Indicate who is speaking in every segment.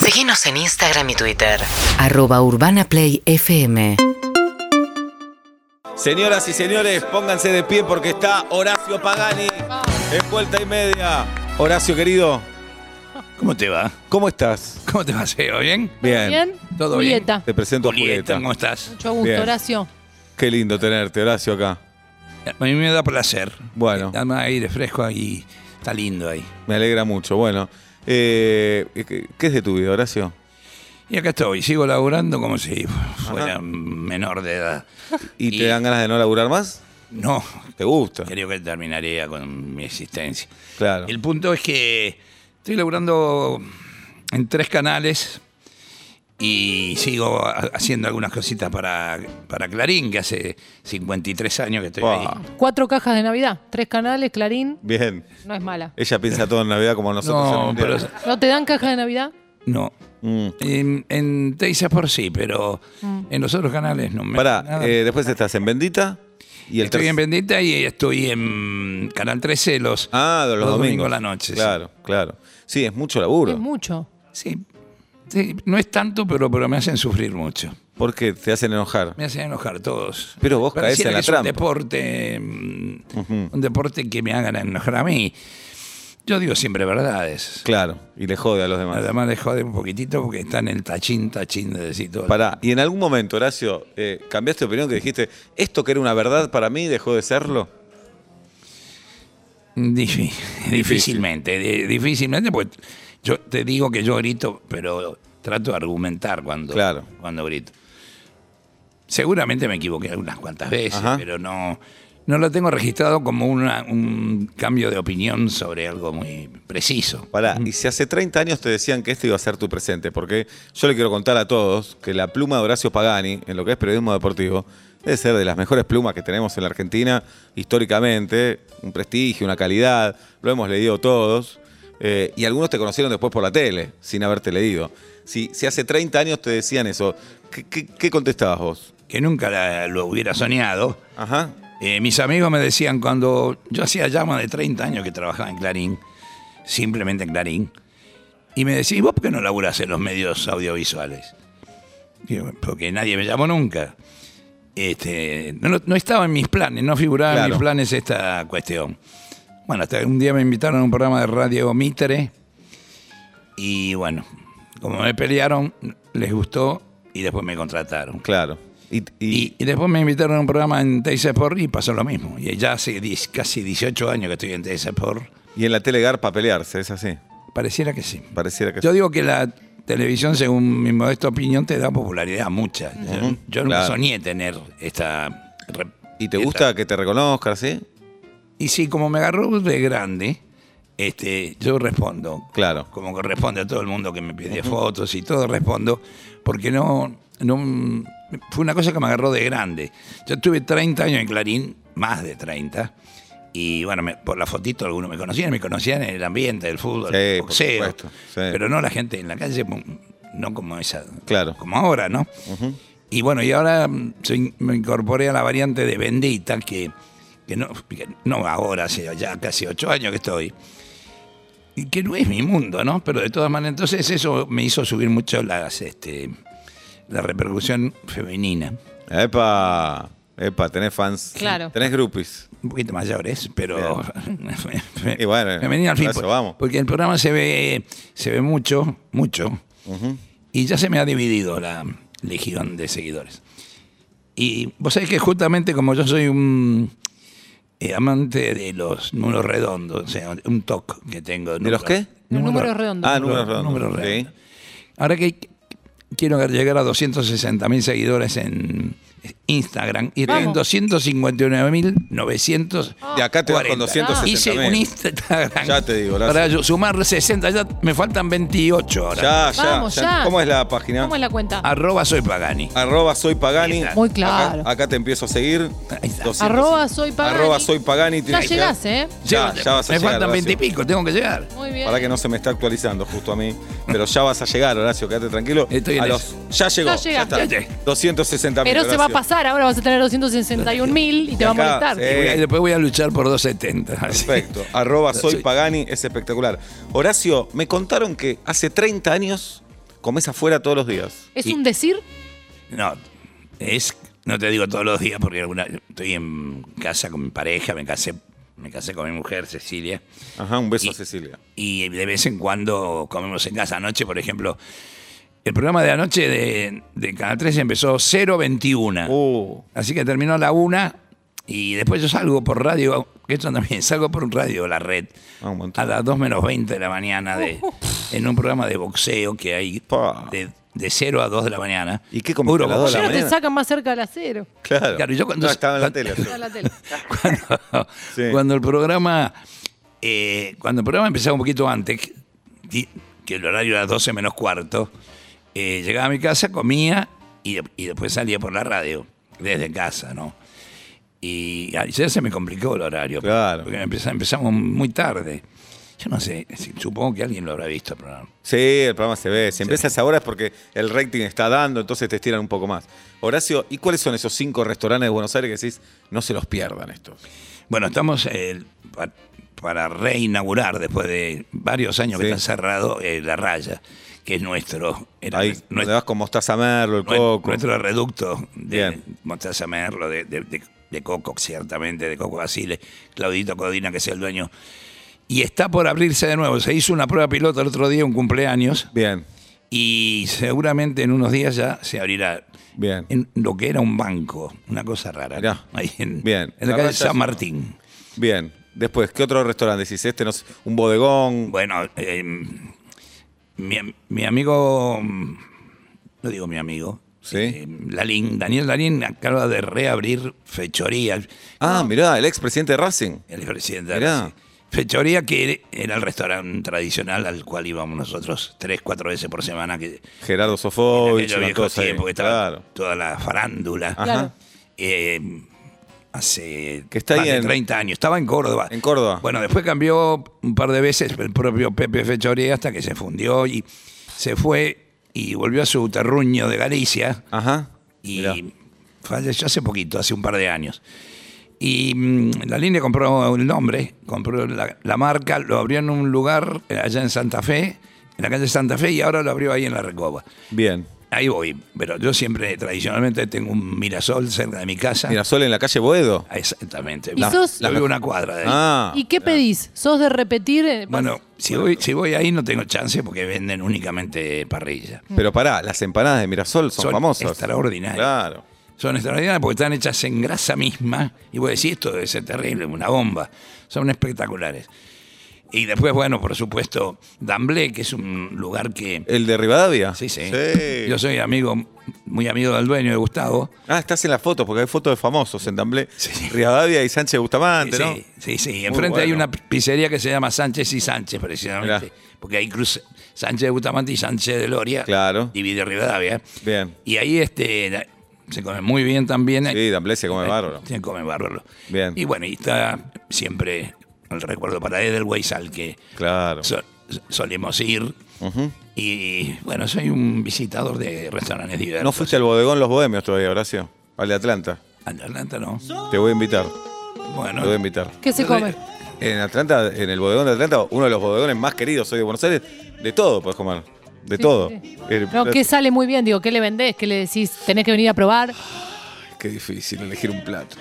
Speaker 1: Seguinos en Instagram y Twitter.
Speaker 2: arroba urbanaplayfm
Speaker 3: Señoras y señores, pónganse de pie porque está Horacio Pagani en vuelta y media. Horacio, querido,
Speaker 4: ¿Cómo te va?
Speaker 3: ¿cómo estás?
Speaker 4: ¿Cómo te va, Seba? ¿Bien?
Speaker 3: Bien.
Speaker 5: ¿Bien?
Speaker 4: Todo bien.
Speaker 5: Julieta.
Speaker 3: Te presento a
Speaker 4: Julieta,
Speaker 3: Julieta.
Speaker 4: ¿cómo estás?
Speaker 5: Mucho gusto,
Speaker 3: Bien.
Speaker 5: Horacio.
Speaker 3: Qué lindo tenerte, Horacio, acá.
Speaker 4: A mí me da placer.
Speaker 3: Bueno.
Speaker 4: Dame aire fresco y está lindo ahí.
Speaker 3: Me alegra mucho. Bueno, eh, ¿qué qué es de tu vida, Horacio?
Speaker 4: Y acá estoy, sigo laburando como si fuera menor de edad.
Speaker 3: ¿Y, te dan ganas de no laburar más?
Speaker 4: No,
Speaker 3: ¿Te gusta?
Speaker 4: creo que terminaría con mi existencia.
Speaker 3: Claro.
Speaker 4: El punto es que estoy laburando en tres canales y sigo ha- haciendo algunas cositas para, para Clarín, que hace 53 años que estoy ahí.
Speaker 3: Buah,
Speaker 5: Cuatro cajas de Navidad, tres canales, Clarín,
Speaker 3: Bien.
Speaker 5: no es mala.
Speaker 3: Ella piensa todo en Navidad como nosotros en
Speaker 4: No,
Speaker 3: un día.
Speaker 4: pero...
Speaker 5: ¿No te dan caja de Navidad?
Speaker 4: No,
Speaker 3: Mm.
Speaker 4: En, en Teisa por sí, pero en los otros canales no me.
Speaker 3: Pará,
Speaker 4: nada.
Speaker 3: eh, después estás en Bendita y el
Speaker 4: estoy en
Speaker 3: tercer-
Speaker 4: Bendita y estoy en Canal 13 los,
Speaker 3: Ah, los, domingos.
Speaker 4: a la noche. sí.
Speaker 3: Claro, claro. Sí, es mucho laburo.
Speaker 5: Es mucho.
Speaker 4: Sí. Sí, no es tanto, pero, pero me hacen sufrir mucho.
Speaker 3: Porque te hacen enojar.
Speaker 4: Me hacen enojar todos.
Speaker 3: Pero vos caés
Speaker 4: Pareciera
Speaker 3: en la
Speaker 4: que es
Speaker 3: trampa.
Speaker 4: un deporte, mm, un deporte que me hagan enojar a mí. Yo digo siempre verdades.
Speaker 3: Claro, y le jode a los demás.
Speaker 4: Además les jode un poquitito porque están en el tachín, tachín de decir todo.
Speaker 3: Pará, y en algún momento, Horacio, eh, cambiaste de opinión que dijiste, esto que era una verdad para mí dejó de serlo.
Speaker 4: Difí- difícilmente, di- difícilmente, pues yo te digo que yo grito, pero trato de argumentar cuando,
Speaker 3: Claro.
Speaker 4: cuando grito. Seguramente me equivoqué algunas cuantas veces,
Speaker 3: Ajá.
Speaker 4: pero no, no lo tengo registrado como una- un cambio de opinión sobre algo muy preciso.
Speaker 3: Pará, y si hace 30 años te decían que este iba a ser tu presente, porque yo le quiero contar a todos que la pluma de Horacio Pagani, en lo que es periodismo deportivo, debe ser de las mejores plumas que tenemos en la Argentina históricamente, un prestigio, una calidad, lo hemos leído todos, eh, y algunos te conocieron después por la tele, sin haberte leído. Si, si hace 30 años te decían eso, ¿qué, qué- qué contestabas vos?
Speaker 4: Que nunca la- lo hubiera soñado.
Speaker 3: Ajá.
Speaker 4: Eh, mis amigos me decían cuando yo hacía ya más de 30 años que trabajaba en Clarín, simplemente en Clarín, y me decían, "¿Y vos por qué no laburás en los medios audiovisuales? Y yo, porque nadie me llamó nunca. Este, no, lo- no estaba en mis planes, no figuraba en
Speaker 3: Claro.
Speaker 4: mis planes esta cuestión. Bueno, hasta un día me invitaron a un programa de radio Mitre y bueno, como me pelearon, les gustó y después me contrataron.
Speaker 3: Claro. Y, y-
Speaker 4: Y, y después me invitaron a un programa en Sport y pasó lo mismo. Y ya hace 10 casi 18 años que estoy en Sport
Speaker 3: y en la telegar para pelearse, es así.
Speaker 4: Pareciera que sí.
Speaker 3: Pareciera que
Speaker 4: Yo digo que la televisión, según mi modesta opinión, te da popularidad mucha. Yo-
Speaker 3: Ujú,
Speaker 4: yo, nunca
Speaker 3: claro.
Speaker 4: soñé tener esta... re-
Speaker 3: ¿Y te
Speaker 4: esta-
Speaker 3: gusta que te reconozcan, sí?
Speaker 4: Y sí, como me agarró de grande, este, yo respondo.
Speaker 3: Claro.
Speaker 4: Como corresponde a todo el mundo que me pide fotos y todo, respondo. Porque no, no. Fue una cosa que me agarró de grande. Yo tuve 30 años en Clarín, más de 30. Y bueno, me- por la fotito algunos me conocían, me conocían en el ambiente del fútbol,
Speaker 3: Sí,
Speaker 4: del
Speaker 3: por
Speaker 4: boxeo.
Speaker 3: supuesto, sí.
Speaker 4: Pero no la gente en la calle, pum, no como esa.
Speaker 3: Claro.
Speaker 4: Como ahora, ¿no? Y bueno, y ahora mm, se in- me incorporé a la variante de Bendita, que, que no, que no ahora, hace ya casi ocho años que estoy. Y que no es mi mundo, ¿no? Pero de todas maneras, entonces eso me hizo subir mucho las, este, la repercusión femenina.
Speaker 3: Epa, epa, tenés fans.
Speaker 5: Claro.
Speaker 3: Tenés groupies.
Speaker 4: Un poquito mayores, pero.
Speaker 3: Y bueno,
Speaker 4: femenina al fin.
Speaker 3: para eso
Speaker 4: por-
Speaker 3: vamos.
Speaker 4: Porque el programa se ve, se ve mucho, mucho. Y ya se me ha dividido la legión de seguidores. Y vos sabés que justamente como yo soy un eh, amante de los números redondos, o sea, un toque que tengo.
Speaker 3: ¿De los qué?
Speaker 5: Los
Speaker 4: número-
Speaker 5: números redondos.
Speaker 3: Ah, números
Speaker 4: Número-
Speaker 3: redondos.
Speaker 4: número
Speaker 3: Sí.
Speaker 4: redondo. Ahora que quiero llegar a 260 mil seguidores en Instagram y estoy en
Speaker 5: Vamos.
Speaker 4: 259.900.
Speaker 5: Oh.
Speaker 3: De acá te vas con 260.000.
Speaker 4: Hice un Instagram.
Speaker 3: Ya te digo, Lazo.
Speaker 4: Para yo sumar 60, ya me faltan 28 ahora.
Speaker 3: Ya, ya,
Speaker 5: Vamos, ya.
Speaker 3: ¿Cómo es la página?
Speaker 5: ¿Cómo es la cuenta?
Speaker 4: Arroba soy Pagani.
Speaker 3: Arroba soy Pagani.
Speaker 5: Muy claro.
Speaker 3: Acá, acá te empiezo a seguir.
Speaker 4: Ahí está.
Speaker 3: 200.
Speaker 5: Arroba soy Pagani.
Speaker 3: Arroba soy Pagani.
Speaker 5: Ya
Speaker 3: Tienes que-
Speaker 5: llegás, ¿eh?
Speaker 3: Ya,
Speaker 4: Llego-
Speaker 3: ya vas a
Speaker 4: me
Speaker 3: llegar.
Speaker 4: faltan 20 y
Speaker 3: Horacio.
Speaker 4: pico, tengo que llegar.
Speaker 5: Muy bien.
Speaker 3: Para que no se me está actualizando justo a mí. Pero ya vas a llegar, Horacio, quédate tranquilo.
Speaker 4: Estoy en
Speaker 3: a
Speaker 4: eso.
Speaker 3: los, ya llegó.
Speaker 5: Ya llega.
Speaker 3: está.
Speaker 4: Ya llegué.
Speaker 3: 260
Speaker 5: Pero se va a pasar, ahora vas a tener 261 mil y te va a
Speaker 3: Acá,
Speaker 5: molestar.
Speaker 3: sí. Eh.
Speaker 4: Y después voy a luchar por 270. así.
Speaker 3: Perfecto. Arroba soy
Speaker 4: Soy-
Speaker 3: Pagani, es espectacular. Horacio, me contaron que hace 30 años comés afuera todos los días.
Speaker 5: ¿Es
Speaker 4: Y-
Speaker 5: un decir?
Speaker 4: No, es, no te digo todos los días porque alguna, estoy en casa con mi pareja, me casé, me casé con mi mujer, Cecilia,
Speaker 3: Ajá, un beso
Speaker 4: Y-
Speaker 3: a Cecilia.
Speaker 4: y de vez en cuando comemos en casa. Anoche, por ejemplo, el programa de anoche de, de Canal 13 empezó 021.
Speaker 3: Uh,
Speaker 4: Así que terminó a la una y después yo salgo por radio, que esto también, salgo por un radio, la red,
Speaker 3: Ah, un montón.
Speaker 4: a las 2 menos 20 de la mañana de, en un programa de boxeo que hay
Speaker 3: Pa.
Speaker 4: de, de 0 a 2 de la mañana.
Speaker 3: ¿Y qué comiste
Speaker 4: Puro
Speaker 3: a las dos de
Speaker 4: boxeo.
Speaker 3: la
Speaker 5: Ayer
Speaker 3: mañana.
Speaker 5: te sacan más cerca del acero.
Speaker 3: claro.
Speaker 4: Ah, Claro, y yo cuando-
Speaker 3: No, estaba en la
Speaker 4: cuando-
Speaker 3: tele.
Speaker 5: Está la tele.
Speaker 4: cuando,
Speaker 3: Sí.
Speaker 4: cuando el programa eh, cuando el programa empezaba un poquito antes que- di- que el horario era 12 menos cuarto eh, llegaba a mi casa comía y, de- y después salía por la radio desde casa no y ayer se me complicó el horario
Speaker 3: Claro.
Speaker 4: porque empeza- empezamos muy tarde yo no sé si- supongo que alguien lo habrá visto el programa
Speaker 3: Sí, el programa se ve. Si empiezas ahora es porque el rating está dando, entonces te estiran un poco más. Horacio, ¿y cuáles son esos cinco restaurantes de Buenos Aires que decís, no se los pierdan estos?
Speaker 4: Bueno, estamos eh, pa- para reinaugurar, después de varios años que
Speaker 3: Sí.
Speaker 4: está cerrado, eh, La Raya, que es nuestro. era
Speaker 3: Ahí,
Speaker 4: nue-
Speaker 3: donde vas con Mostaza Merlo, el
Speaker 4: nue-
Speaker 3: Coco.
Speaker 4: nuestro reducto de
Speaker 3: Bien.
Speaker 4: Mostaza Merlo, de, de- de- de Coco, ciertamente, de Coco Basile, Claudito Codina, que es el dueño. Y está por abrirse de nuevo. Se hizo una prueba piloto el otro día, un cumpleaños,
Speaker 3: Bien,
Speaker 4: y seguramente en unos días ya se abrirá.
Speaker 3: bien.
Speaker 4: En lo que era un banco, una cosa rara.
Speaker 3: Mirá.
Speaker 4: Ahí en,
Speaker 3: Bien.
Speaker 4: en
Speaker 3: La
Speaker 4: la calle
Speaker 3: Raya es
Speaker 4: San
Speaker 3: un-
Speaker 4: Martín.
Speaker 3: Bien. Después, ¿qué otro restaurante decís? Este no es un bodegón.
Speaker 4: Bueno, eh, mi, mi amigo, mm, no digo mi amigo,
Speaker 3: Sí.
Speaker 4: eh, Lalín, Daniel Lalín acaba de reabrir Fechoría,
Speaker 3: Ah, mirá, el expresidente de Racing.
Speaker 4: el presidente. de
Speaker 3: Mirá.
Speaker 4: Racing. Fechoría que era el restaurante tradicional al cual íbamos nosotros tres, cuatro veces por semana, que
Speaker 3: Gerardo Sofovich,
Speaker 4: aquellos
Speaker 3: una
Speaker 4: viejos
Speaker 3: cosa ahí.
Speaker 4: tiempos que estaba
Speaker 3: Claro.
Speaker 4: toda la farándula.
Speaker 5: Claro.
Speaker 4: Eh, hace
Speaker 3: Que está
Speaker 4: más
Speaker 3: ahí
Speaker 4: de
Speaker 3: en-
Speaker 4: 30 años, estaba en Córdoba.
Speaker 3: En Córdoba.
Speaker 4: Bueno, después cambió un par de veces el propio Pepe Fechoría hasta que se fundió y se fue y volvió a su terruño de Galicia
Speaker 3: Ajá.
Speaker 4: y
Speaker 3: Mirá.
Speaker 4: falleció hace poquito, hace un par de años. Y mm, la línea compró el nombre, compró la, la marca, lo abrió en un lugar eh, allá en Santa Fe, en la calle Santa Fe, y ahora lo abrió ahí en la Recoba.
Speaker 3: Bien.
Speaker 4: Ahí voy, pero yo siempre tradicionalmente tengo un mirasol cerca de mi casa.
Speaker 3: Mirasol en la calle Boedo.
Speaker 4: Ah, Exactamente.
Speaker 5: ¿Y sos-
Speaker 4: la vivo una cuadra de ahí.
Speaker 3: Ah.
Speaker 5: ¿Y qué pedís? ¿Sos de repetir? eh,
Speaker 4: Bueno, si voy, si voy ahí no tengo chance porque venden únicamente parrilla.
Speaker 3: Pero pará, las empanadas de Mirasol son,
Speaker 4: Mm. Son
Speaker 3: famosas.
Speaker 4: extraordinarias.
Speaker 3: Claro.
Speaker 4: Son extraordinarias porque están hechas en grasa misma. Y voy a decir, esto debe ser terrible, una bomba. Son espectaculares. Y después, bueno, por supuesto, Damblé, que es un lugar que...
Speaker 3: ¿El de Rivadavia?
Speaker 4: Sí, sí.
Speaker 3: Sí.
Speaker 4: Yo soy amigo, muy amigo del dueño de Gustavo.
Speaker 3: Ah, estás en las fotos, porque hay fotos de famosos en Damblé. Rivadavia y Sánchez Bustamante, ¿no?
Speaker 4: Sí, sí, sí. Enfrente
Speaker 3: bueno.
Speaker 4: hay una pizzería que se llama Sánchez y Sánchez, precisamente.
Speaker 3: Mirá.
Speaker 4: Porque ahí cruza Sánchez de Bustamante y Sánchez de Loria.
Speaker 3: Claro.
Speaker 4: Divide Rivadavia.
Speaker 3: Bien.
Speaker 4: Y ahí este, la- se come muy bien también.
Speaker 3: Sí, Damblé se come
Speaker 4: Eh,
Speaker 3: bárbaro.
Speaker 4: Se come bárbaro.
Speaker 3: Bien.
Speaker 4: Y bueno, y está siempre el recuerdo para Edelweiss al que
Speaker 3: Claro.
Speaker 4: so- solemos ir.
Speaker 3: Ujú.
Speaker 4: Y bueno, soy un visitador de restaurantes diversos.
Speaker 3: ¿No fuiste al bodegón Los Bohemios todavía, Horacio? Al de Atlanta.
Speaker 4: En Atlanta no.
Speaker 3: Te voy a invitar. Te
Speaker 4: Bueno.
Speaker 3: voy a invitar.
Speaker 5: ¿Qué se come?
Speaker 3: En Atlanta, en el bodegón de Atlanta, uno de los bodegones más queridos hoy de Buenos Aires, de todo puedes comer. De
Speaker 5: Sí,
Speaker 3: todo. Eh,
Speaker 5: sí.
Speaker 3: El
Speaker 5: No,
Speaker 3: plato-
Speaker 5: ¿qué sale muy bien? Digo, ¿qué le vendés? ¿Qué le decís? ¿Tenés que venir a probar?
Speaker 3: Qué difícil elegir un plato.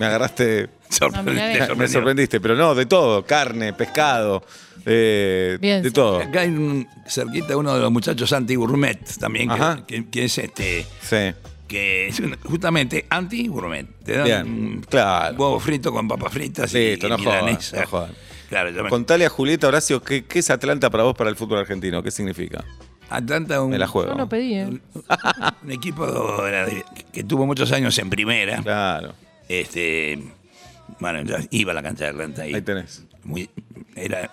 Speaker 3: Me agarraste.
Speaker 4: sorpre-
Speaker 5: No,
Speaker 4: te
Speaker 5: mirá, eh.
Speaker 3: Me
Speaker 4: sorprendió.
Speaker 3: sorprendiste, pero no, de todo. Carne, pescado, eh,
Speaker 5: Bien.
Speaker 3: de todo.
Speaker 4: Acá hay un, cerquita uno de los muchachos anti-gourmet también,
Speaker 3: Ajá.
Speaker 4: que, que- que es este,
Speaker 3: Sí.
Speaker 4: que es un- justamente anti-gourmet. Te dan
Speaker 3: Bien,
Speaker 4: un
Speaker 3: claro.
Speaker 4: huevo frito con papas fritas
Speaker 3: Listo,
Speaker 4: y
Speaker 3: no jodan,
Speaker 4: milanesa.
Speaker 3: no jodan.
Speaker 4: Claro, yo me-
Speaker 3: Contale a Julieta, Horacio, ¿qué, qué es Atlanta para vos para el fútbol argentino? ¿Qué significa?
Speaker 4: Atlanta un,
Speaker 3: Me la juego.
Speaker 5: Yo no pedí, ¿eh?
Speaker 4: un equipo era de- que tuvo muchos años en primera.
Speaker 3: Claro,
Speaker 4: Este, bueno, yo iba a la cancha de Atlanta y
Speaker 3: ahí tenés.
Speaker 4: muy- era,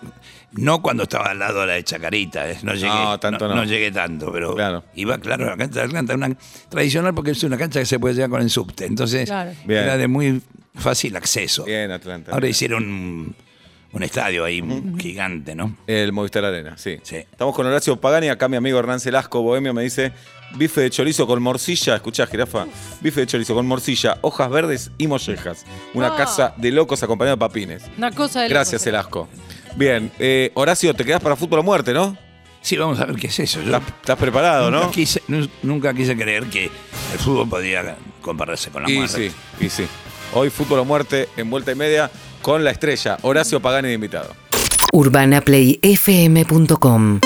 Speaker 4: no cuando estaba al lado de la de Chacarita, eh, no llegué
Speaker 3: No, tanto no.
Speaker 4: llegué tanto, pero
Speaker 3: Claro.
Speaker 4: iba claro a la cancha de Atlanta, una tradicional porque es una cancha que se puede llegar con el subte, entonces
Speaker 5: Claro.
Speaker 3: Bien.
Speaker 4: era de muy fácil acceso.
Speaker 3: Bien, Atlanta.
Speaker 4: Ahora hicieron un, un estadio ahí gigante, ¿no?
Speaker 3: El Movistar Arena, sí.
Speaker 4: Sí.
Speaker 3: Estamos con Horacio Pagani, acá mi amigo Hernán Celasco, bohemio, me dice bife de chorizo con morcilla, escuchá, jirafa, bife de chorizo con morcilla, hojas verdes y mollejas. Una
Speaker 5: Ah.
Speaker 3: casa de locos acompañada de papines.
Speaker 5: Una cosa de
Speaker 3: Gracias, eh,
Speaker 5: locos.
Speaker 3: Celasco. Bien, eh, Horacio, te quedás para fútbol a muerte, ¿no?
Speaker 4: Sí, vamos a ver qué es eso. Yo
Speaker 3: ¿Estás, estás preparado,
Speaker 4: nunca,
Speaker 3: no?
Speaker 4: quise, nu- nunca quise creer que el fútbol podía compararse con la
Speaker 3: Y
Speaker 4: muerte.
Speaker 3: sí, y sí. Hoy fútbol o muerte en vuelta y media con la estrella Horacio Pagani de invitado.
Speaker 2: urbanaplayfm.com